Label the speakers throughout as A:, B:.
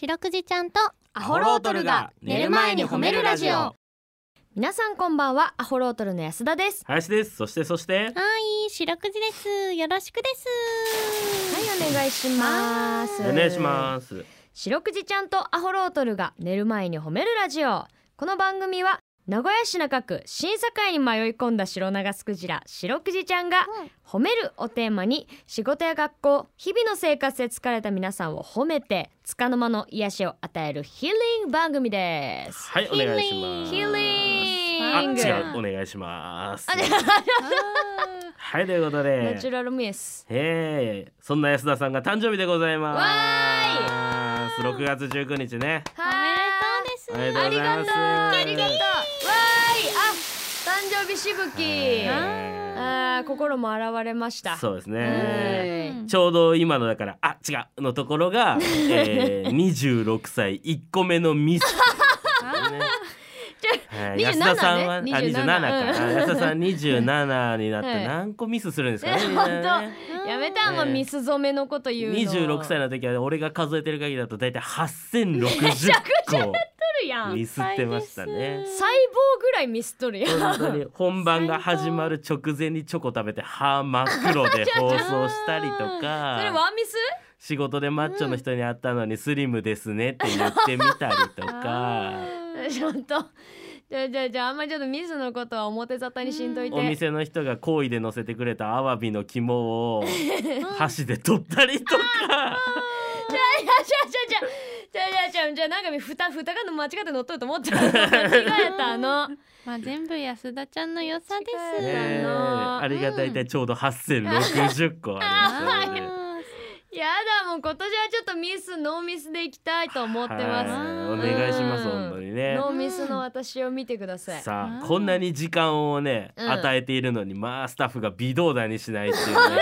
A: 白くじちゃんと
B: アホロートルが寝る前に褒めるラジオ
C: 皆さんこんばんはアホロートルの安田です
B: 林ですそしてそして
A: はい白くじですよろしくです
C: はいお願いします
B: お願いします
C: 白くじちゃんとアホロートルが寝る前に褒めるラジオこの番組は名古屋市中区審査会に迷い込んだ白長スクジラ白くじちゃんが
A: うん
C: 「褒める」をテーマに仕事や学校日々の生活で疲れた皆さんを褒めて束の間の癒しを与えるヒーリング番組です。
B: はいお願いします
C: ヒー
B: あ
C: リング
B: 違うお願いします
C: あ違う
B: はいということ
C: ナ
B: で
C: チュラルミス。
B: えー、そんな安田さんが誕生日でございます6月19日ね
A: お
B: お
A: めで
B: めで
A: と
B: と
A: う
B: う
A: で
B: ご
A: す
B: ざいます
C: ありがとう。わーい、あ、誕生日しぶき。
B: えー
C: あー、心も洗われました。
B: そうです
C: は
B: ね
C: い
A: うん
B: ちょうど今のだからあ違うのところが、え ー、26歳1個目のミス、 ねはい、
C: 27
B: 安田さんは、
C: ね
B: あ27か、
C: うん
B: 安田さん27になっ
C: は
B: て
C: い
B: 何個ミスするんですか
C: ね
B: ねみんなね
C: やめたあんま
B: ええ
C: ミス染めのこと言うの。
B: 26歳
C: なっ
B: の時は俺が数えてる限りだと大体8060個
C: るやん。
B: ミスってましたね
C: 細胞ぐらいミスっとるやん。
B: 本当に本番が始まる直前にチョコ食べて歯真っ黒 で放送したりとか
C: それワンミス？
B: 仕事でマッチョの人に会ったのにスリムですねって言ってみたりとか
C: ちょっと。じゃあじゃあじゃああんまちょっとミスのことは表沙汰にしんといて。
B: お店の人が好意で乗せてくれたアワビの肝を箸で取ったりとか
C: じゃあじゃあじゃあじゃあじゃあじゃあじゃあなんかふたふたが間違って乗っとると思ってた。 間違えたの。
A: まあ全部安田ちゃんの良さです、
B: ね
C: え
B: え
C: うん
B: ありがたいたいちょうど8060個ありますので
C: やだもう今年はちょっとミスノーミスでいきたいと思ってます。
B: はいお願いします
C: うん
B: 本当にね
C: ノーミスの私を見てください。
B: さ
A: う
B: あ
A: ん
B: こんなに時間をね
C: うん
B: 与えているのにまあスタッフが微動だにしないっていうね
C: ちょっと待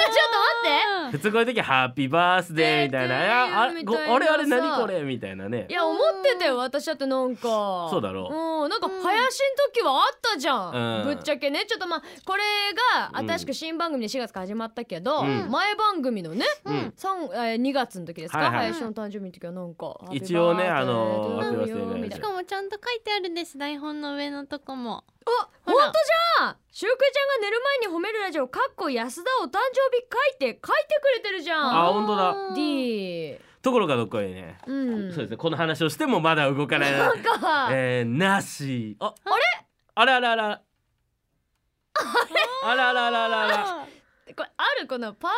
B: 普通こういう時「ハッピーバースデー」みたいな「いやあ
C: みた
B: ご
C: いな
B: あれあれ何
C: さ
B: これ」みたいなね
C: って。いや思ってたよ私だってなんか。
B: そうだろう
C: うんなんか林の時はあったじゃん。
B: うん
C: ぶっちゃけねちょっとまあこれが
B: うん
C: 新しく新番組で4月から始まったけど、
B: うん
C: 前番組のね、
B: うん
C: 三えー、2月の時ですか、
B: はいはい
C: 林の誕生日の時はなんか
B: 一応ね
C: ハッピーバ
B: あのハッ
C: ースデートゥーユー
B: ピーバースデー
C: み
B: じ
C: た
B: ゃ
A: し
C: い
B: ん
C: な。
A: かもちゃんと書いてあるんです台本の上のとこも
C: あ
A: ほ
C: 本
A: ら
C: 当じゃん白くちゃんが寝る前に褒めるラジオかっこ安田お誕生日書いて書いてくれてるじゃ
B: あ
C: ん。
B: 本当だ
C: D
B: ところがどっこいね
C: うん
B: そうですねこの話をしてもまだ動かない
C: なんか、
B: えー、なし。あ、あれ。あらあらあら。あらあらあらあらあら。
C: これあるこのパーソ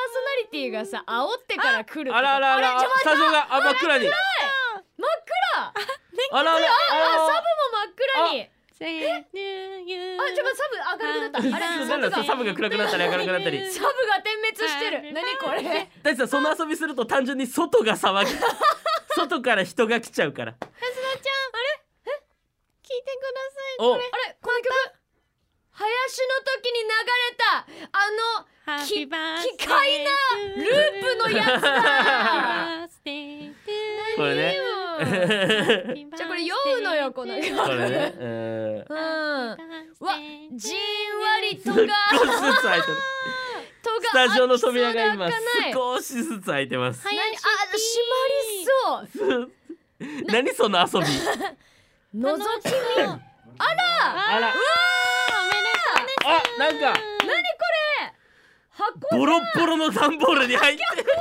C: ナリティがさ煽ってから来る
B: あらあらあら。
C: あれちょ
B: スタジオがあ真っ暗に。真っ
C: 暗。
B: あらあら。あ
C: サブも真っ暗に
A: せーのゆー
C: あちょっとサブ明るくなったあれ
A: あ
B: ら。
C: サ
B: なん
C: ブ
B: だ
C: が
B: そうサブが暗くなったり明るくなったり。
C: サブが点滅して
A: はい
C: る何これ
B: 大地さんその遊びすると単純に外が騒 ぎ。外から人が来ちゃうから。
A: 聞いてください
B: お、
C: あれこの曲林の時に流れたあの
A: ハッピーバースデー
C: き機械なループのやつ
A: つ
C: だ
A: だ
B: これね。
C: うんじゃあこれ酔うのよこの曲
B: これね。うん。
C: うん
A: わ
C: わじんわりとが
B: 少しずつ開いてる。
C: とが
B: スタジオの扉が今
C: 開かない
B: 少しずつ開いてます。
C: 何あ閉まりそう
B: 何その遊び。
C: 覗き見あら
B: あら。あ、なんか。
C: 何これ箱
B: ボロッボロの段ボールに 入って
C: うわうわ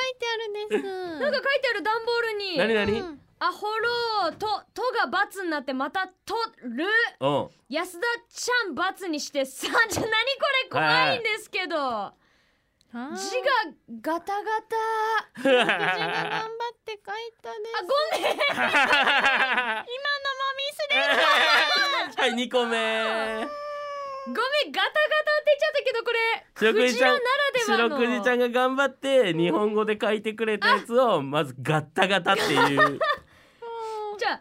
A: 書いてあるんです
C: なんか書いてある段ボール
B: 何
C: に
B: 何
A: うん
C: アホローと「と」が×になってまた「とる
B: うん」
C: 安田ちゃん×にして「さ」じゃ何これ怖いんですけど
A: あー
C: 字がガタガタ
A: 僕じゃが頑張って書いたで
C: あ
A: す
C: ごめん
B: はい2個目
C: ごめんガタガタって言っちゃったけどこれ
B: 白
C: ク
B: くじ
C: ジ
B: ち
C: ラ
B: ゃ
C: なんらでは
B: 白
C: の
B: くじちゃんが頑張って日本語で書いてくれたやつをまずガッタガタって いう
C: じゃあ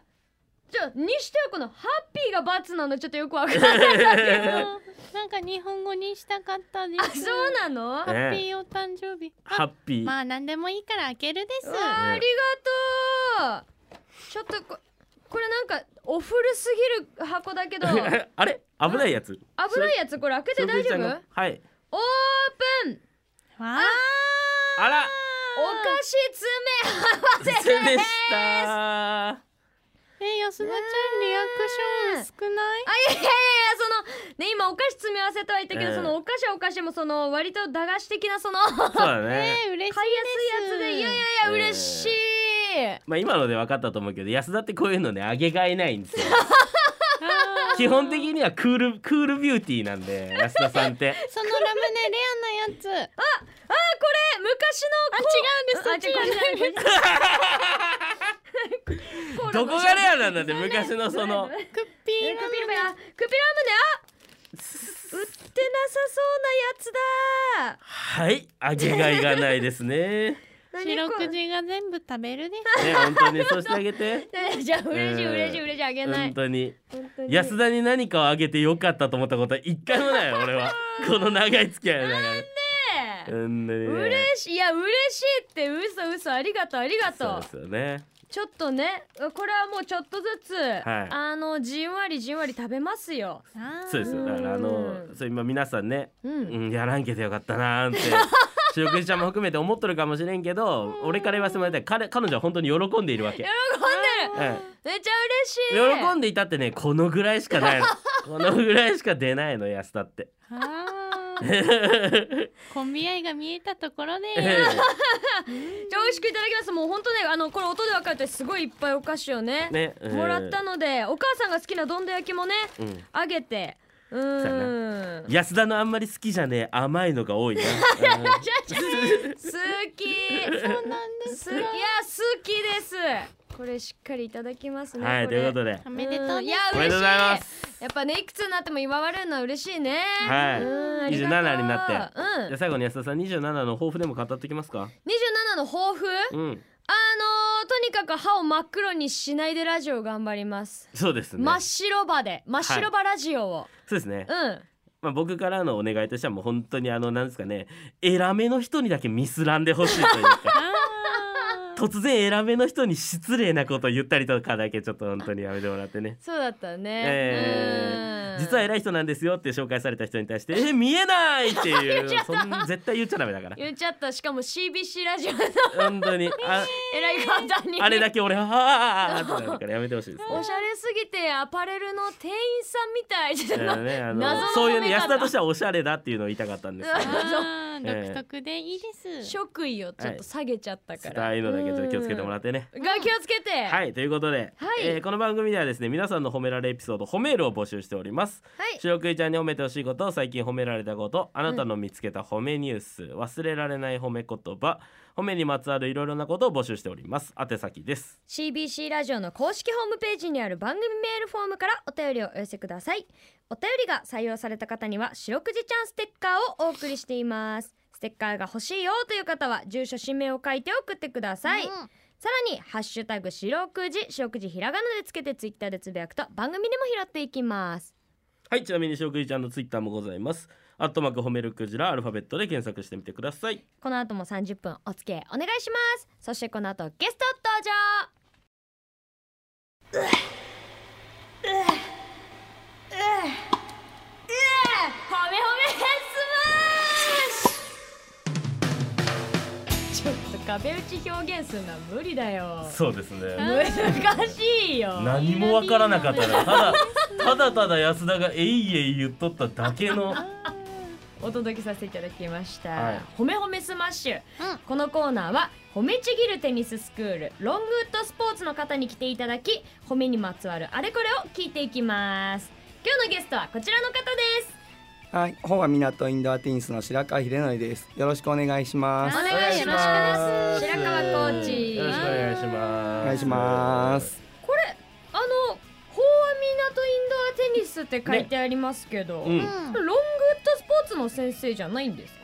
C: じゃあにしてはこの「ハッピー」が×なのちょっとよくわから ないんだけど
A: なんか日本語にしたかったで
C: あ
A: す
C: そうなの
A: ハ
B: ね
A: ッピーお誕生日あ
B: ハッピー
A: まあ何でもいいから開けるです
C: うわあありがとうちょっとここれなんかお古すぎる箱だけど危
B: あれ危ないやつ
C: ないやつこれ開けて
B: 白く
C: 大
B: じ
C: 丈
B: ちゃん
C: 夫
B: がはい
C: オープン
A: わあ
B: あら
C: 菓子詰め
B: せでした
A: え安田ちゃんリアクション少ない
C: あいやいやいやそのね今お菓子詰め合わせとは言ったけど、
B: うん
C: そのお菓子はお菓子もその割と駄菓子的なその買いや
B: そうだね
A: えー、嬉しいです
C: すいやつでいやいやいや嬉しい、
B: まあ今ので分かったと思うけど安田ってこういうのねあげがえないんですよ
A: あー
B: 基本的にはクールクールビューティーなんで安田さんって
A: そのラムネレアなやつ
C: え昔の
A: あ違うんです
C: こ
A: そっち
C: あ違うこれじゃないコーラ
B: ど
C: の
B: こがレアなんだって昔のそ
A: クッピーラム
B: の
C: えークピラムネあクピラムネあ売ってなさそうなやつだ
B: はいあげがいがないですねね
C: 何
A: ネ
C: こ
A: 白
C: れ
A: くじが全部食べるです
B: 本当にそうしてあげて
C: じゃあ嬉しい
B: うん
C: 嬉しい嬉しいあげない
B: 本当に
C: 本当に
B: 安田に何かをあげてよかったと思ったことは一回もないよ俺はこの長い付き合いの中でうんね
C: 嬉しいいや嬉しいって嘘嘘ありがとうありが
B: そ
C: と
B: う
C: う
B: ですよね
C: ちょっとねこれはもうちょっとずつ、
B: はい
C: あのじんわりじんわり食べますよ
B: そうですよだからあの
C: うん
B: それ今皆さんね
C: うん、
B: うん、やらんけどよかったなー って。白くじちゃんも含めて思っとるかもしれんけど俺から言わせてもらいたい彼彼女は本当に喜んでいるわけ
C: 喜、んでる
B: うん
C: めっちゃ嬉しい
B: 喜んでいたってねこのぐらいしかない のこのぐらいしか出ないの安田って、
A: あー
B: ええ
A: コンビ愛が見えたところで
C: じゃあ美味しくいただきますもう本当ねあのこれ音で分かるとすごいいっぱいお菓子をね
B: ね、ええ
C: もらったのでお母さんが好きなどんど焼きもね
B: うん
C: あげて
B: そう
C: うーん
B: 安田のあんまり好きじゃねえ甘いのが多 いな、うん
C: 好き
A: そうなんです
C: 好きいや好きですこれしっかりいただきますね
B: はい
C: ことれ
B: いうことで
A: おめでとう
C: い
A: ね
C: や
B: おめで
C: 嬉しい
B: とうございます
C: やっぱねいくつになっても祝われるのは嬉しいね
B: はい
C: うんありがとう
B: 27になって、
C: うん
B: じゃあ最後に安田さん27の抱負でも語ってきますか
C: 27の抱負あの
B: うん
C: ーとにかく歯を真っ黒にしないでラジオを頑張ります
B: そうですね、
C: 真っ白歯で真っ白歯ラジオを、
B: そうですね
C: うん
B: まあ、僕からのお願いとしてはもう本当にあのなんですかね偉めの人にだけミスらんでほしいというか
A: あー
B: 突然偉めの人に失礼なことを言ったりとかだけちょっと本当にやめてもらってね。
C: そうだったね、
B: え
C: う
B: ー
C: ん
B: 実は偉い人なんですよって紹介された人に対して「え見えない!」っていう
C: 言っちゃった
B: そんな絶対言っちゃダメだから
C: 言っちゃったしかも CBC ラジオの
B: 本当にあ
C: 偉い方に
B: あれだけ俺は「あーあーあー」ってなるからやめてほしいです
C: お
B: ね
C: しゃれすぎてアパレルの店員さんみたい
B: だ からね。あのそういうね安田としてはおしゃれだっていうのを言いたかったんですけど
A: あ
B: ええ
A: ー独特でいいです
C: 職位をちょっと下げちゃったか
B: 伝
C: ら、
B: えるのだけちょっと気をつけてもら
C: っ
B: ってね。
C: てが気をつけては、
B: はいいということで、
C: はい
B: えーこの番組ではですね皆さんの褒められエピソード褒めールを募集しております白くいちゃんに褒めてほしいこと最近褒められたことあなたの見つけた褒めニュース、忘れられない褒め言葉褒めにまつわるいろいろなことを募集しております宛先です
C: CBC ラジオの公式ホームページにある番組メールフォームからお便りをお寄せくださいお便りが採用された方には白くじちゃんステッカーをお送りしていますステッカーが欲しいよという方は住所氏名を書いて送ってください、
A: うん
C: さらに「ハッシュタグ白くじ」白くじひらがなでつけてツイッターでつぶやくと番組でも拾っていきます
B: はいちなみに白くいちゃんのツイッターもございますアットマーク褒めるクジラアルファベットで検索してみてください
C: この後も30分お付き合いお願いしますそしてこの後ゲスト登場ほめスマッシュちょっと壁打ち表現するのは無理だよ
B: そうですね
C: 難しいよ
B: 何もわからなかったなただただただ安田がえいえい言っとっただけの
C: お届けさせていただきました、
B: はい
C: 褒め褒めスマッシュ、
A: うん
C: このコーナーは褒めちぎるテニススクールロングウッドスポーツの方に来ていただき褒めにまつわるあれこれを聞いていきます今日のゲストはこちらの方です
D: はい、本は港インドアテニスの白川秀則です。よろしくお願いし
C: お
D: ます。
C: 願いします
B: よろしくお願いします
C: 白川コーチ
B: よろしくお願いします
D: お願いします。
C: これあの法は港インドアテニスって書いてありますけど、
B: うん
C: ロングウッドスポーツの先生じゃないんですか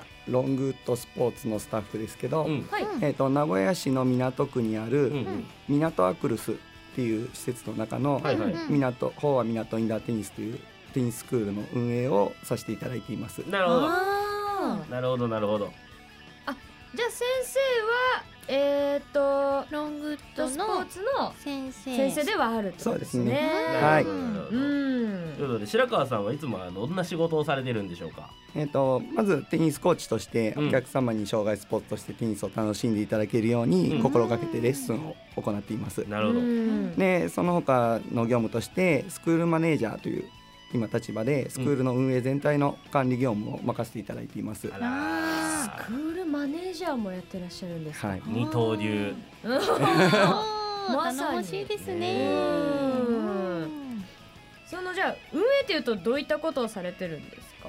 D: あロングウッドスポーツのスタッフですけど、
B: うん
C: はい、
A: うん
D: えっ、と名古屋市の港区にあ
B: うんう
D: る
B: ん
D: 港アクルスっていう施設の中の
B: はいはい
D: 港本は港インドアテニスというテニススクールの運営をさせていただいています。
B: なるほど
C: あー
B: なるほどなるほど
C: じゃあ先生はえっ、ー、と
A: ロングウー
C: と
A: ト
C: スポー
A: の
C: ツの
A: 先生
C: 先生ではあるってことですね。
D: はい
B: なるほ
C: う
B: ど
C: ん
B: ということで白川さんはいつもあのどんな仕事をされてるんでしょうか。
D: えー、とまずテニスコーチとして
B: うん
D: お客様に障害スポーツとしてテニスを楽しんでいただけるよう
B: うん
D: に心がけてレッスンを行っています。
B: なるほど。
C: うん
D: でその他の業務としてスクールマネージャーという今立場でスクールの運営全体の管理業務を任せていただいています。
B: あ
C: スク
B: ら
C: ールマネージャーもやってらっしゃるんですか。
D: はい
B: ー、二刀流。
C: うん
A: おー
C: まさに
A: 頼もしいですね
C: うん そのじゃあ運営っていうとどういったことをされてるんですか。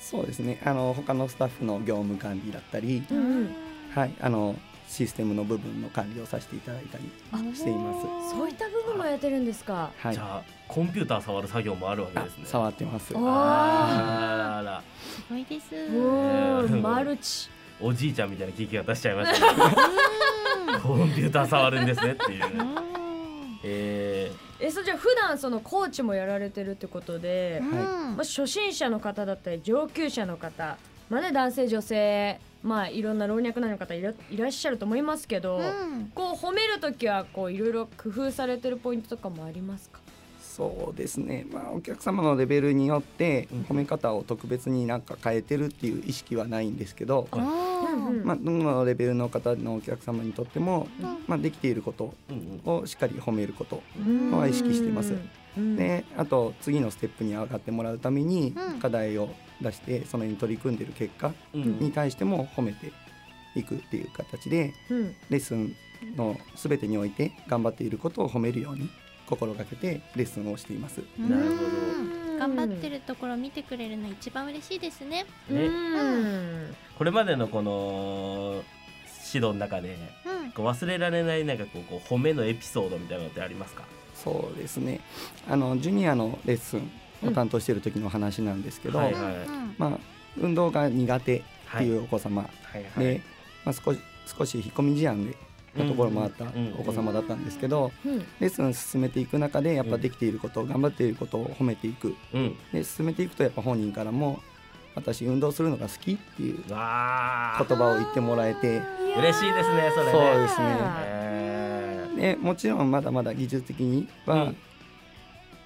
D: そうですねあの他のスタッフの業務管理だったり、
C: うん
D: はい、あのシステムの部分の管理をさせていただいたり、しています
C: そういった部分もやってるんですか。
D: はい
B: じ、ゃあコンピューター触る作業もあるわけ
D: あ
B: ですね。
D: 触ってます。
C: お
B: あらら
A: すごいです
C: お
B: う
C: ー
B: ん
C: マルチ。
B: おじいちゃんみたいな聞き方しちゃいましたね、コンピューター触るんですねっていう。え
C: えそうじゃあ普段そのコーチもやられてるってことで、
A: うん
C: まあ、初心者の方だったり上級者の方、まあね、男性女性まあいろんな老若男女の方いらいらっしゃると思いますけど、
A: うん
C: こう褒めるときはこういろいろ工夫されてるポイントとかもありますか
D: そうですね、まあ、お客様のレベルによって
B: うん
D: 褒め方を特別になんか変えてるっていう意識はないんですけど、
A: あー
C: うんうん
D: まあ、どのレベルの方のお客様にとっても、
A: うん
D: まあ、できていること
B: ー、うん
D: をしっかり褒めること
C: うん
D: は意識してます。
C: うん
D: であと次のステップに上がってもらうために
A: うん
D: 課題を出してそのに取り組んでる結果
B: うんう
D: に
B: ん。
D: 対しても褒めていくっていう形で
C: うん
D: レッスンの全てにおいて頑張っていることを褒めるように心がけてレッスンをしています。
B: なるほど
A: うん頑張ってるところ見てくれるの一番嬉しいですね
B: ね
C: うん
B: これまでのこの指導の中で
A: うん
B: こう忘れられないなんかこうこう褒めのエピソードみたいなのってありますか。
D: そうですねあのジュニアのレッスンを担当している時の話なんですけど、
B: うんはい
A: うん
D: まあ、運動が苦手っていうお子様
B: はい
D: で、まあ、少し少し引っ込み思案でなところもあった
B: うん
D: お子様だったんですけど、
C: うん
D: レッスンを進めていく中でやっ
B: う
D: ぱ
B: ん
D: できていること、頑張っていることを褒めていく
B: うん。
D: で進めていくとやっぱ本人からも「私運動するのが好き」っていう
B: わあ
D: 言。葉を言ってもらえて
B: 嬉しいですねそれね。
D: そうですね
B: えー
D: でもちろんまだまだ技術的には、
B: うん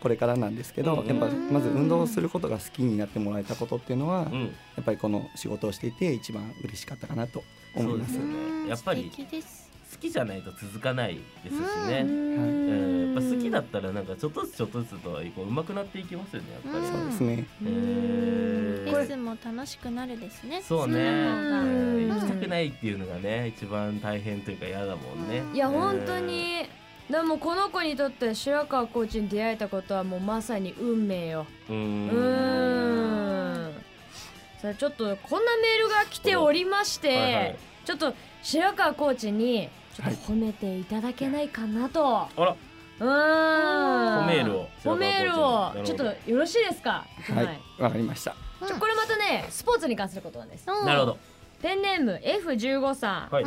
D: これからなんですけど、
B: うん
D: やっぱまず運動をすることが好きになってもらえたことっていうのは、
B: う
D: や
B: ん。
D: っぱりこの仕事をしていて一番嬉しかったかなと思います。
B: そうですねやっぱり
A: 素敵です
B: 好きじゃないと続かないですしね。え
C: うん
B: ーやっぱ好きだったらなんかちょっとずつちょっとずつとはいえこう上手くなっていきますよねやっぱり。
A: うん
D: そうですね。
B: えー
A: レッスンも楽しくなるですね
B: そうね、
A: う
B: え
A: ん
B: ー行きたくないっていうのがね一番大変というか嫌だもんね。
C: いや
B: えー
C: 本当にでもこの子にとって白川コーチに出会えたことはもうまさに運命よ
B: う
C: うんーんさあちょっとこんなメールが来ておりまして、
B: はいはい
C: ちょっと白川コーチにちょっ
D: は
C: と
D: い
C: 褒めていただけないかなと、
B: あら
C: うーん
B: 褒めールを
C: 褒めール
B: 白川コーチになるほど
C: をちょっとよろしいですか
D: はい、わ、かりました。
A: うん
C: ちょこれまたねスポーツに関することなんです
A: うん
B: なるほど。
C: ペンネーム F15 さん、
B: はい。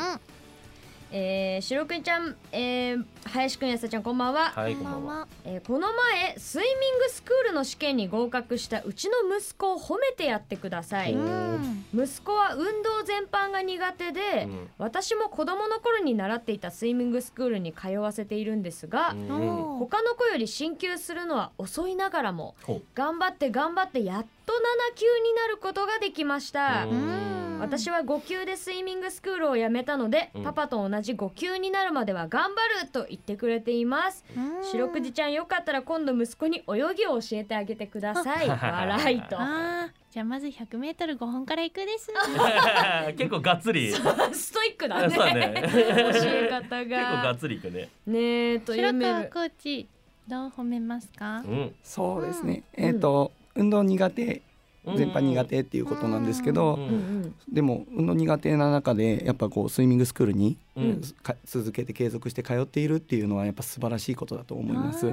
C: えー、白くんちゃん、えー、林くんやさちゃんこんばんは、
B: は
A: う
B: い
A: ん
B: こんばんは。
C: えーこの前スイミングスクールの試験に合格したうちの息子を褒めてやってください
B: こんばんは
A: うん
C: 息子は運動全般が苦手で、
B: うん
C: 私も子供の頃に習っていたスイミングスクールに通わせているんですが、
B: うん
A: おー
C: 他の子より進級するのは遅いながらも
B: ほ
C: 頑張って頑張ってやっと7級になることができました、
B: う
A: うん
C: 私は5級でスイミングスクールを辞めたので、
B: うん
C: パパと同じ5級になるまでは頑張ると言ってくれています
A: うん
C: 白くじちゃんよかったら今度息子に泳ぎを教えてあげてください笑いと
A: あーじゃあまず 100m5 本から行く です
B: 結構がっつり。そう
C: ストイックだ
B: だ
C: ね
B: ね。
C: 教え方
B: 結構がっ
C: が
B: つりいくね。
C: ねえという
A: 白
C: メー
A: 川
C: ル
A: コーチどう褒めますか
B: うん。
D: そうですね。
C: うん
D: えっ、と、運動苦手
B: うん
D: 全般苦。手っていうことなんですけど、
B: う
C: うん
B: ん。
C: うん
D: でも運動苦手な中でやっぱこうスイミングスクールに、
B: うん
D: か続けて継続して通っているっていうのはやっぱ素晴らしいことだと思います。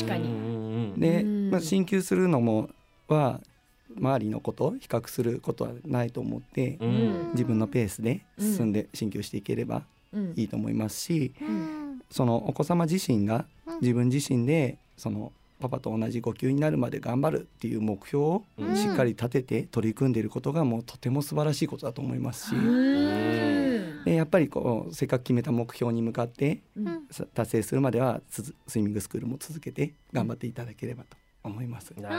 C: 確かに
B: に。
D: で、
C: うん
D: まあ、進級するのもは周りのこと比較することはないと思って、
B: うん
D: 自分のペースで
C: うん
D: 進んで進級していければ
C: うん
D: いいと思いますし、
A: うん
D: そのお子様自身が
A: うん
D: 自分自身でそのパパと同じ5級になるまで頑張るっていう目標を
B: うん
D: しっかり立てて取り組んでいることがもうとても素晴らしいことだと思いますし、
C: うん
D: でやっぱりこうせっかく決めた目標に向かって
A: うん
D: さ達成するまではつづスイミングスクールも続けて頑張っていただければと思います。
B: な
C: わ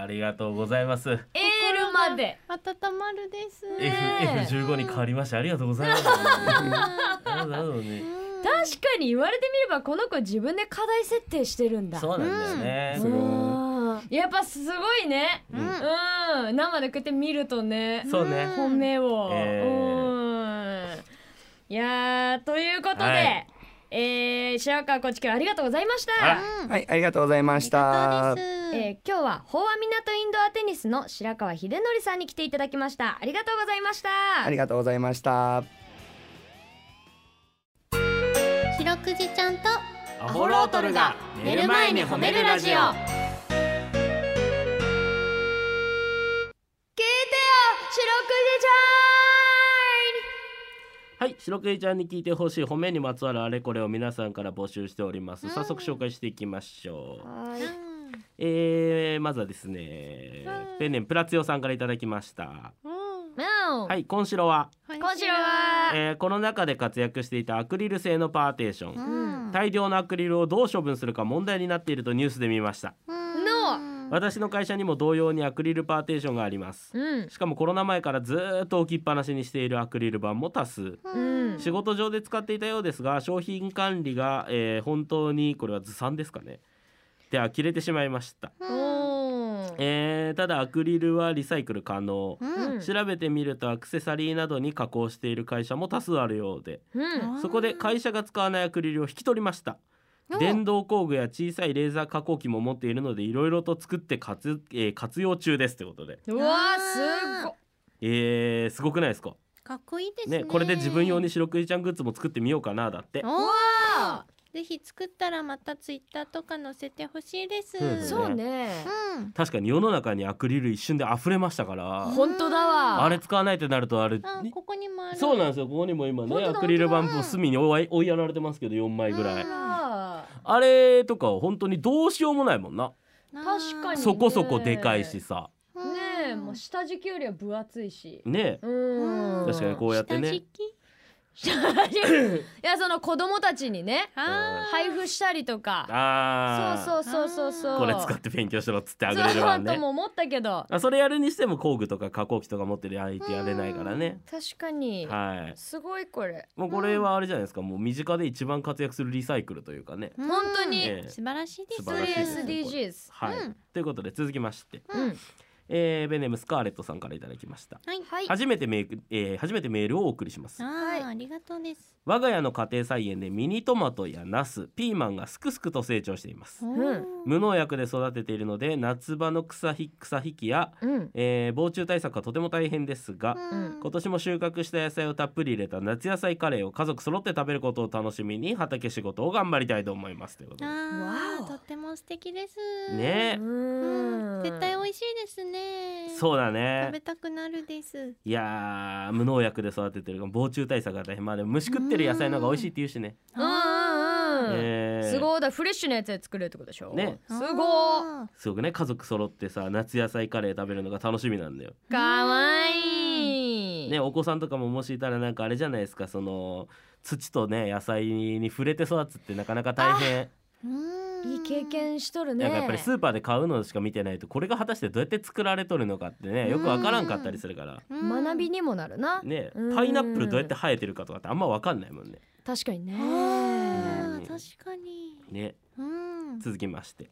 B: あありがとうございます。
C: エールまで
A: 温まるです。
C: え
B: F F 十五に変わりました。ありがとうございます。なるほどなるほどね。
A: だ
C: 確かに言われてみればこの子自分で課題設定してるんだ
B: そうなんだよ
D: す
B: ね。
D: ごい
C: やっぱすごいね
B: うん
C: うん生でこうやって見るとね
B: そうね。
C: 本命を、
B: え
C: うんいやーということで、
B: はい
C: えー白川コーチ今日ありがとうございまし
B: あら
C: た、
D: はい、ありがとうございました。
C: えー今日は法和港インドアテニスの白川秀則さんに来ていただきましたありがとうございました
D: ありがとうございました。
A: 白くじちゃんと
B: アホロートルが寝る前に褒めるラジオ。
C: 聞いてよ白く
B: はい、白くじちゃんに聞いてほしい褒めにまつわるあれこれを皆さんから募集しております。早速紹介していきましょう。
C: じゃーん
B: えー、まずはですね、ペンネームプラツヨさんからいただきました。
C: うん
B: はい、今週は、
C: 今週は
B: えー、コロナ禍で活躍していたアクリル製のパーテーション。
A: ん
B: 大量のアクリルをどう処分するか問題になっているとニュースで見ました。
A: の
B: 私の会社にも同様にアクリルパーテーションがあります。
C: うん
B: しかもコロナ前からずーっと置きっぱなしにしているアクリル板も多数
C: うん
B: 仕事上で使っていたようですが商品管理が、えー本当にこれはずさんですかねで呆れてしまいました、
C: おー
B: えーただアクリルはリサイクル可能
C: うん
B: 調べてみるとアクセサリーなどに加工している会社も多数あるようで
C: うん
B: そこで会社が使わないアクリルを引き取りました
A: お
B: 電動工具や小さいレーザー加工機も持っているのでいろいろと作って活,、えー活用中ですということで、
C: うわーすっご
B: えーすごくないですか
A: かっこいいですね
B: ね、これで自分用に白クジちゃんグッズも作ってみようかなだって。
A: お
C: う
A: ー
C: わ
A: ぜひ作ったらまたツイッターとか載せてほしいです、
B: うん
C: ー
B: ん
C: そうね
A: うん
B: 確かに世の中にアクリル一瞬で溢れましたから、
C: 本当だわ
B: あれ使わないってなるとあれ、
A: あここにもある
B: そうなんですよここにも今
C: 本
B: ね
C: 当
B: ア
C: だ
B: クリル板
A: 本当だ
B: も隅に追い追いやられてますけど4枚ぐらい、
A: うん
C: あー
B: あれとかは本当にどうしようもないもんな、
C: 確かに
B: そこそこでかいしさ
C: ねえもう下敷きよりは分厚いし
B: ね
C: うん
B: 確かにこうやってね
A: 下敷き
C: 下敷き いやその子供たちにね
A: あー
C: 配布したりとか
B: あ
C: そう
B: う
C: そうそうそうそう
B: これ使って勉強しろっつってアクリル
C: そ
B: 板
C: うと
B: ね
C: も思ったけど
B: あそれやるにしても工具とか加工機とか持ってる相手やれないからね、
C: 確かに
B: はい
C: すごいこれ
B: もうこれはあれじゃないですか、もう身近で一番活躍するリサイクルというかね。
A: うん
C: 本当に
B: ええ
A: 素晴らしいです
B: 素晴らしいですね
C: 3SDGs
B: はい、
A: うん
B: ということで続きまして、
C: うん
B: えーベネムスカーレットさんからいただきました。
A: はいはい
B: 初めてメール、えー初めてメールをお送りします
A: あ。
C: はい
A: ーありがとうです
B: 我が家の家庭菜園でミニトマトやナス、ピーマンがすくすくと成長しています。
C: ん
B: 無農薬で育てているので夏場の草ひ草引きや、
C: うん
B: えー防虫対策はとても大変ですが、
A: うん
B: 今年も収穫した野菜をたっぷり入れた夏野菜カレーを家族揃って食べることを楽しみに畑仕事を頑張りたいと思いますということで
A: あ
C: わお
A: ーとっても素敵です
B: ね
A: うん絶対
C: お
A: 美味しいですね
B: そうだ
A: 食
B: ね
A: べたくなるです
B: いやー無農薬で育ててるから防虫対策が大変まあでも虫食ってる野菜の方が美味しいって言うしね、
C: うんうんうん
B: えー
C: すごいだからフレッシュなやつで作れるってことでしょ
B: ね
C: すごい
A: ー
B: すごくね家族揃ってさ夏野菜カレー食べるのが楽しみなんだよ、
C: かわいい
B: ね、お子さんとかももしいたらなんかあれじゃないですかその土とね野菜に触れて育つってなかなか大変、
A: うん
C: いい経験しとるね
B: なんかやっぱりスーパーで買うのしか見てないとこれが果たしてどうやって作られとるのかってねよくわからんかったりするから、
A: うん
C: 学びにもなるな
B: ね
C: うん
B: パイナップルどうやって生えてるかとかってあんまわかんないもんね。
C: 確かにね
A: あ
B: うん
A: ー確かに
B: ね
A: うん
B: 続きまして、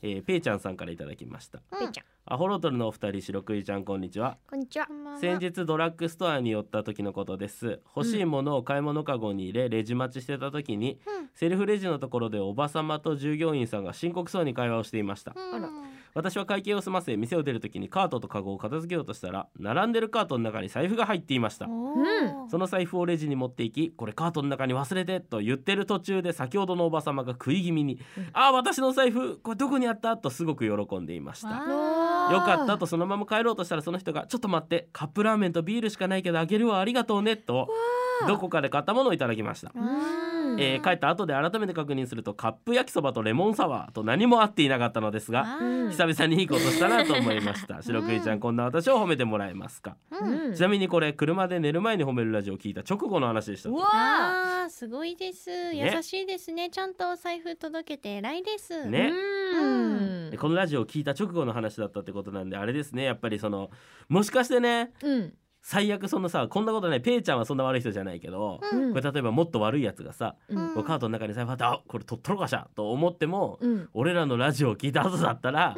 B: えー、ペイちゃんさんからいただきました。
A: うん
C: ぺいちゃん
B: アホロトルのお二人白クイちゃんこんにちは
C: こんにちは
A: こんばんは
B: 先日ドラッグストアに寄った時のことです欲しいものを買い物かごに入れレジ待ちしてた時に、
A: うん
B: セルフレジのところでおばさまと従業員さんが深刻そうに会話をしていました、
A: うん
C: あら
B: 私は会計を済ませ店を出る時にカートとカゴを片付けようとしたら並んでるカートの中に財布が入っていました
A: お
C: う
A: ー
B: その財布をレジに持っていきこれカートの中に忘れてと言ってる途中で先ほどのおばさまが食い気味に「ああ私の財布これどこにあった?」とすごく喜んでいました
A: わ
B: よかったとそのまま帰ろうとしたらその人が「ちょっと待ってカップラーメンとビールしかないけどあげるわありがとうね」とどこかで買ったものをいただきました
A: ーわー
C: うん
B: えー帰った後で改めて確認するとカップ焼きそばとレモンサワーと何も合っていなかったのですが
A: あ
C: うん
A: ー
B: 久々にいいことしたなと思いました白クイちゃんこんな私を褒めてもらえますか
A: うん
B: ちなみにこれ車で寝る前に褒めるラジオを聞いた直後の話でした
C: うわ
A: あーすごいです優しいですねちゃんとお財布届けて偉いです
C: ー
B: ね
C: うん
B: このラジオを聞いた直後の話だったってことなんであれですねやっぱりそのもしかしてね
C: うん
B: 最悪そんなさこんなことないペイちゃんはそんな悪い人じゃないけど、
C: うん
B: これ例えばもっと悪いやつがさ、
C: うん
B: こうカートの中に財布あってあこれ取っとろうかしらと思っても、
C: うん
B: 俺らのラジオを聞いた後だった ら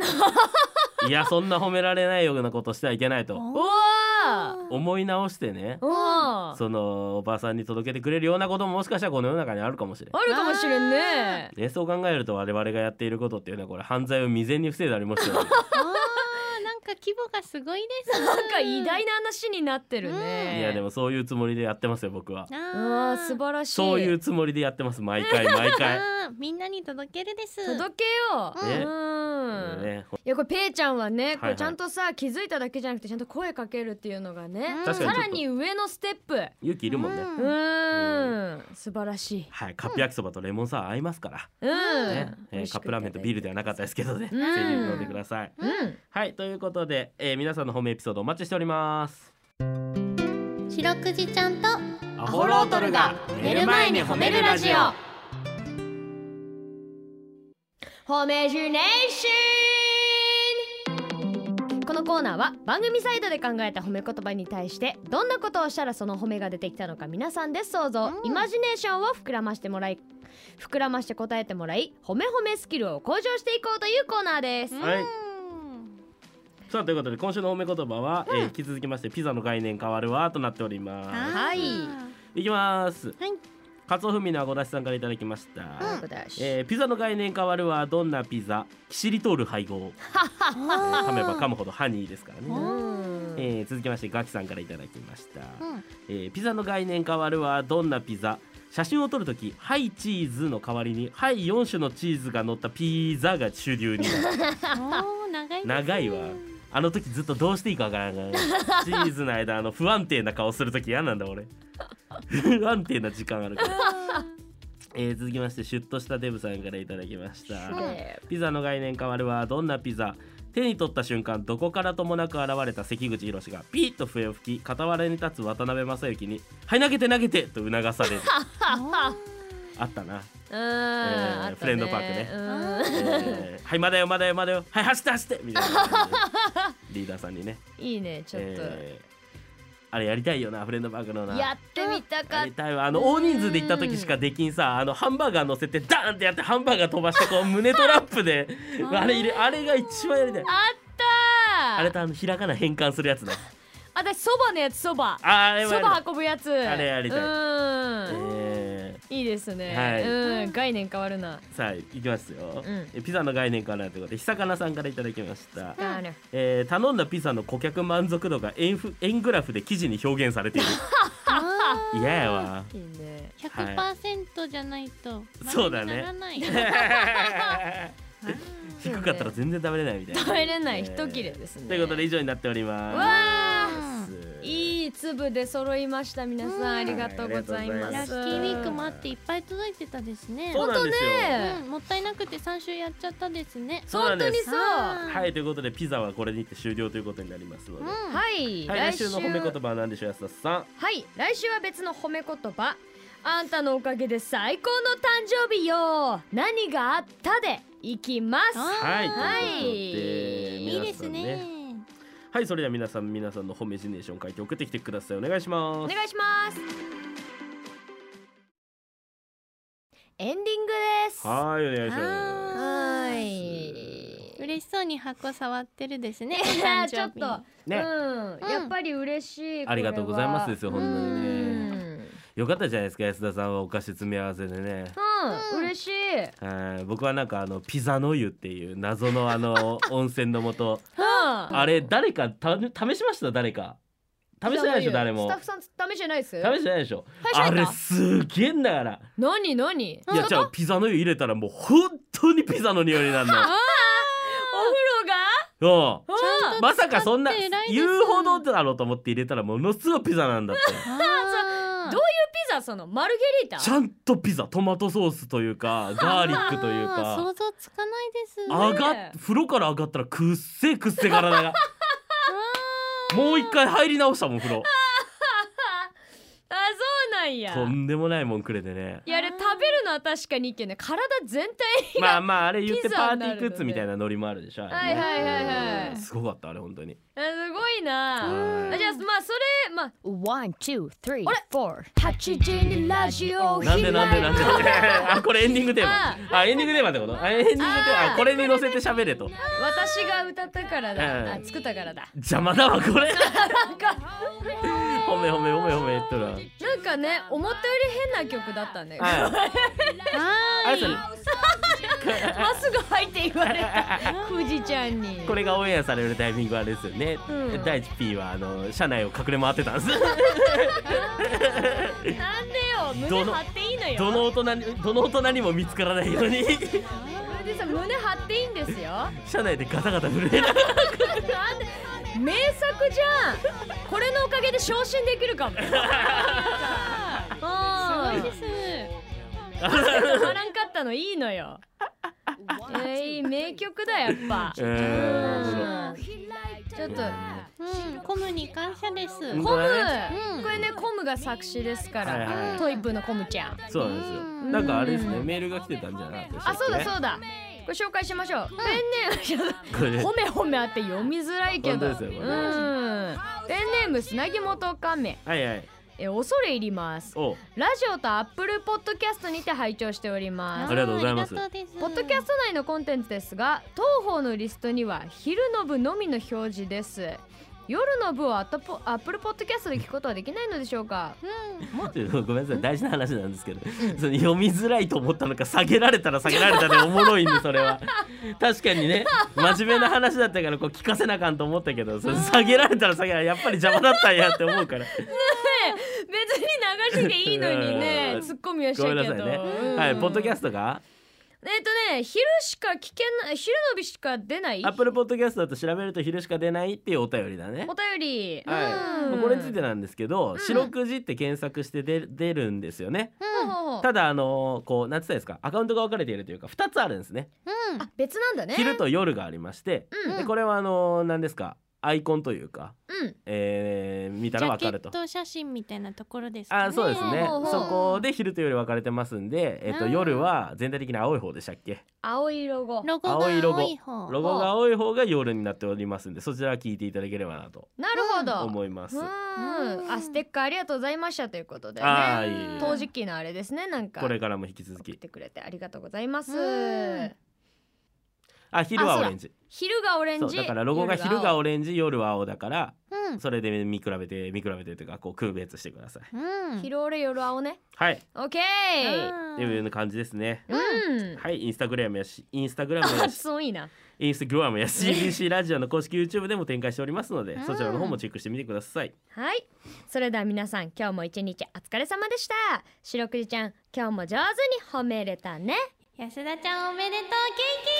B: いやそんな褒められないようなことしてはいけないと
C: うわー
B: 思い直してね
C: おー
B: そのおばさんに届けてくれるようなことももしかしたらこの世の中にあるかもしれん
C: あるかもしれんね
B: ね、そう考えると我々がやっていることっていうのはこれ犯罪を未然に防いでありますよね
A: あー なんか規模がすごいです
C: なんか偉大な話になってるね
B: いやでもそういうつもりでやってますよ僕は
C: う
A: あー
C: わー素晴らしい
B: そういうつもりでやってます毎回毎回、
A: あーみんなに届けるです
C: 届けよう、
B: ね
C: うん
B: ね、
C: いやこれペイちゃんはね
B: は
C: こ
B: いは
C: れ
B: い
C: ちゃんとさ気づいただけじゃなくてちゃんと声かけるっていうのがね
A: うん
B: 確かに
C: さ
B: ちょっ
C: ら
B: と
C: に上のステップ
B: 勇気いるもんね、
A: うん
C: うん素晴らしい
B: はいカップ焼きそばとレモンサワー合いますから、
C: うん、
B: ねえーカップラーメンとビールではなかったですけどね、
C: うん
B: ぜひ飲んでください
C: うん
B: はいということで、えー皆さんの褒めエピソードお待ちしております
A: 白くじちゃんと
B: ア
C: ホメジュネーションこのコーナーは番組サイドで考えた褒め言葉に対してどんなことをしたらその褒めが出てきたのか皆さんで想像、
A: うん
C: イマジネーションを膨らましてもらい膨らまして答えてもらい褒め褒めスキルを向上していこうというコーナーです、
B: はい
A: うん
B: さあということで今週の褒め言葉は、えー引き続きましてピザの概念変わるわとなっておりま
C: はい
B: すいきます
A: はい
B: カツオフミのあごだしさんからいただきました、
A: うん
C: ということで
B: えーピザの概念変わるわどんなピザキシリトール配合噛めば噛むほどハニーですから
C: う
B: ね、
C: ん
B: えー続きましてガキさんからいただきました、
A: うん
B: えーピザの概念変わるわどんなピザ写真を撮るとき「はいチーズ」の代わりに「はい4種のチーズが乗ったピザ」が主流になる
A: おー長いですね
B: 長いわあの時ずっとどうしていいかわからないチーズの間あの不安定な顔するとき嫌なんだ俺不安定な時間あるから、えー続きましてシュッとしたデブさんからいただきました、
C: え
B: ピザの概念変わるわどんなピザ手に取った瞬間どこからともなく現れた関口宏がピーッと笛を吹き傍らに立つ渡辺正行に「はい投げて投げて!」と促されるあったな、
C: ー、うん、あったね
B: フレンドパークね
C: うん
B: えーはいまだよまだよまだよはい走って走って!」みたいな感じでリーダーさんにね、
C: いいねちょっと、
B: えーあれやりたいよなフレンドパークのな
C: やってみたか
B: や
C: っ
B: りたいわあの大人数で行った時しかできんさあのハンバーガー乗せてダーンってやってハンバーガー飛ばして こう胸トラップであれ入れあれが一番やりたい
C: あったー
B: あれとあのひらがな変換するや つだ
C: あ私そばのやつそば
B: ああれは
C: そ
B: やりた
C: ば
B: い
C: 運ぶやつ
B: あれやりたい
C: うん、
B: え
C: いいですね、
B: はい
C: うん概念変わるな
B: ーさあ行きますよ、
C: うん
B: えピザの概念からということで久かなさんからいただきました、
C: だね
B: えー頼んだピザの顧客満足度が円ふ円グラフで記事に表現され ている
A: あー
B: 嫌やわ
C: いいね
A: 100%じゃないと
B: そうだね
A: 丸にならない
B: 低かったら全然食べれないみたいな
C: 食べれない
B: えー
C: 一切れですね
B: ということで以上になっております
C: わ
A: うん
C: いい粒で揃いました皆さんありがとうございま
B: はいあ
A: ラッ
B: り
C: す
A: キーウィークもあっていっぱい届いてたですね。
B: そうなんですよ
C: ね
A: うんもったいなくて三週やっちゃったですね。
B: そうなん
C: 本当
B: で
C: に
B: す
C: そう
A: は
B: はいということでピザはこれにて終了ということになりますので、は
C: はい、
B: い来週の褒め言葉は何でしょう安田さん
C: はい来週は別の褒め言葉あんたのおかげで最高の誕生日よ何があったでいきます
A: あ
B: はい、
C: はい
B: ということ
A: いい
B: で皆
A: で
B: さ
A: す
B: ん
A: ね。
B: はい、それでは皆さん皆さんの褒めジネーション書いて送ってきてください。お願いし
C: お
B: ます。
C: 願いしますエンディングですは
B: はい、お願いし
A: は
B: ま
C: ーい
A: 嬉しそうに箱触ってるです ね。
C: いやちょっと、
B: す。ね、
C: うん、やっぱり嬉しい、これは
B: ありがとうございますですよ、本当に
C: う
B: ね。
C: ん
B: よかったじゃないですか、安田さんはお菓子詰め合わせでね。
C: うん、嬉しい
B: はい、僕はなんかあのピザの湯っていう謎のあの温泉の素。
C: あ
B: あれ、誰かた試しました、誰か。試してないでしょ、誰も
C: スタッ。フさん試してないっす
B: 試してないでしょ。
C: 試
B: あ
C: して
B: れ、
C: た
B: すげえんだから。
C: 何何
B: いや、じゃあ、ピザの湯入れたら、もう本当にピザの匂いになるの。
C: お風呂が
B: うん。
C: ちゃん
B: まさかそんな
A: 使って偉いです
B: 言うほどだろうと思って入れたらものすごいピザなんだって
A: あー
C: どういうピだそのマルゲリータ
B: ちゃんとピザトマトソースというかガーリックという
A: あー想
B: か
A: 像つかないです
B: 上がっ風呂から上がったらくっせえくっせえ体がもう一回入り直したもん風呂
C: あそうなんや
B: とんでもないもんくれてね
C: いやあれ食べるのは確かにいいけどね体全体
B: まあまああれ言って
C: ピ
B: パ
C: ザ
B: ー
C: に
B: ティ
C: なる
B: ー
C: のね
B: グッズみたいなノリもあるでしょあれね
C: はいはいはいはい
B: うんすごかったあれ本当に
C: あすごいな
B: は
C: あ
B: い
C: じゃあまあそれまあ
E: One, two, three,
C: あれ
E: four.
C: 八時にラジオ
B: なんでなんでなんでなんであこれエンディングテー
C: あ
B: マあエンディングテーマってことあエンディングテーマあこれに乗せて喋れと
C: 私が歌ったから
B: うん
C: だあ作ったからだ
B: 邪魔だわこ れ
C: なんか
B: 褒め褒め褒め褒め言っとるわ
C: なんかね思ったより変な曲だったねま
B: はいあれですよね
C: っすぐ入って言われ たくじちゃんに
B: これがオンエアされるタイミングはあれですよね、
C: うん
B: 第一 P はあの車内を隠れ回ってたんです
C: なんでよ胸
B: どの
C: 張っていいのよ
B: どの大人にどの大人にも見つからないよう に
C: それでさ胸張っていいんですよ
B: 車内でガタガタ震えなが ら
C: なんで名作じゃんこれのおかげで昇進できる かもあー
A: です
C: 張らんかったのいいのよえーいい名曲だやっぱ
B: うーん
C: ちょっと
A: うんコムに感謝ですうん
B: 本当
C: コ
B: だ
C: ムこれねコムが作詞ですか
B: はいは
C: ら
B: い
C: トイプーのコムちゃん
B: そうなんですよ
A: うん
B: なんかあれですねメールが来てたんじゃなかったでした
C: あ
B: っ
C: そう
B: けね
C: だそうだこれ紹介しましょうペンネーム
B: こ れ
C: 褒め褒めあって読みづらいけど
B: 本当ですよこれ
C: うんペンネーム砂肝と亀
B: はいはい
C: え恐れ入ります
B: おう
C: ラジオとアップルポッドキャストにて拝聴しております
B: ありがとうございます
A: ありがとうです
C: ポッドキャスト内のコンテンツですが当方のリストには昼の部のみの表示です夜の部をアットポアップルポッドキャストで聞くことはできないのでしょうか
B: ちょっとごめんなさい大事な話なんですけど、その読みづらいと思ったのか下げられたら下げられたでおもろいんでそれ は確かにね真面目な話だったからこう聞かせなあかんと思ったけどその下げられたら下げられやっぱり邪魔だったんやって思うから
C: 別に流していいのにね
B: うん
C: ツッコミはし
B: ご
C: た
B: め
C: け
B: ん
C: ど
B: なさいね、
C: うん
B: はいポッドキャストが
C: えっとね昼しか聞けない昼の部しか出ない
B: アップルポッドキャストだと調べると昼しか出ないっていうお便りだね
C: お便り、
B: はい、
C: うん
B: まあこれについてなんですけど「白くじ」って検索して出る出るんですよね
C: ほうほうほう
B: ただあのーこう何て言ったらいいですかアカウントが分かれているというか2つあるんですね
A: うん
C: あ別なんだね
B: 昼と夜がありまして、
C: うん
B: でこれはあのー何ですかアイコンというか、
C: うん
B: えー見た
A: ジ
B: ら
A: ャ
B: わ
A: ケ
B: かると
A: ッ。ト写真みたいなところですかね
B: あそうですね
C: ほうほう
B: そこで昼と夜分かれてますんで、えっと、
A: うん
B: 夜は全体的に青い方でしたっけ
C: 青いロゴ
A: ロゴが
B: 青いロゴ
A: 青い方
B: ロゴが青い方が夜になっておりますんでそちらは聞いていただければなと
C: なるほど、
B: 思います。
C: うんあステッカーありがとうございましたということでね
B: あーいい
C: 陶磁器のあれですねなんか
B: これからも引き続
C: 送っ
B: き
C: てくれてありがとうございます
A: うん
B: あ昼はオレンジ
C: 昼がオレ
B: そ
C: ン
B: う
C: ジ
B: だからロゴが昼が
C: オレ
B: オレンジ夜は青だから
A: うん
B: それで見比べて見比べてというかこう区別してください
A: うん
C: ン昼オレ夜青ね
B: はい
C: オッケー
B: っていうような感じですね
C: うん
B: はいインスタグラムやしインスタグラムや
C: 発
B: し
C: 想いいな
B: インスタグラムや CBC ラジオの公式 YouTube でも展開しておりますので、そちらの方もチェックしてみてください。
C: はいそれでは皆さん今日も一日お疲れ様でした白くじちゃん今日も上手に褒めれたね
A: 安田ちゃんおめでとうケーキ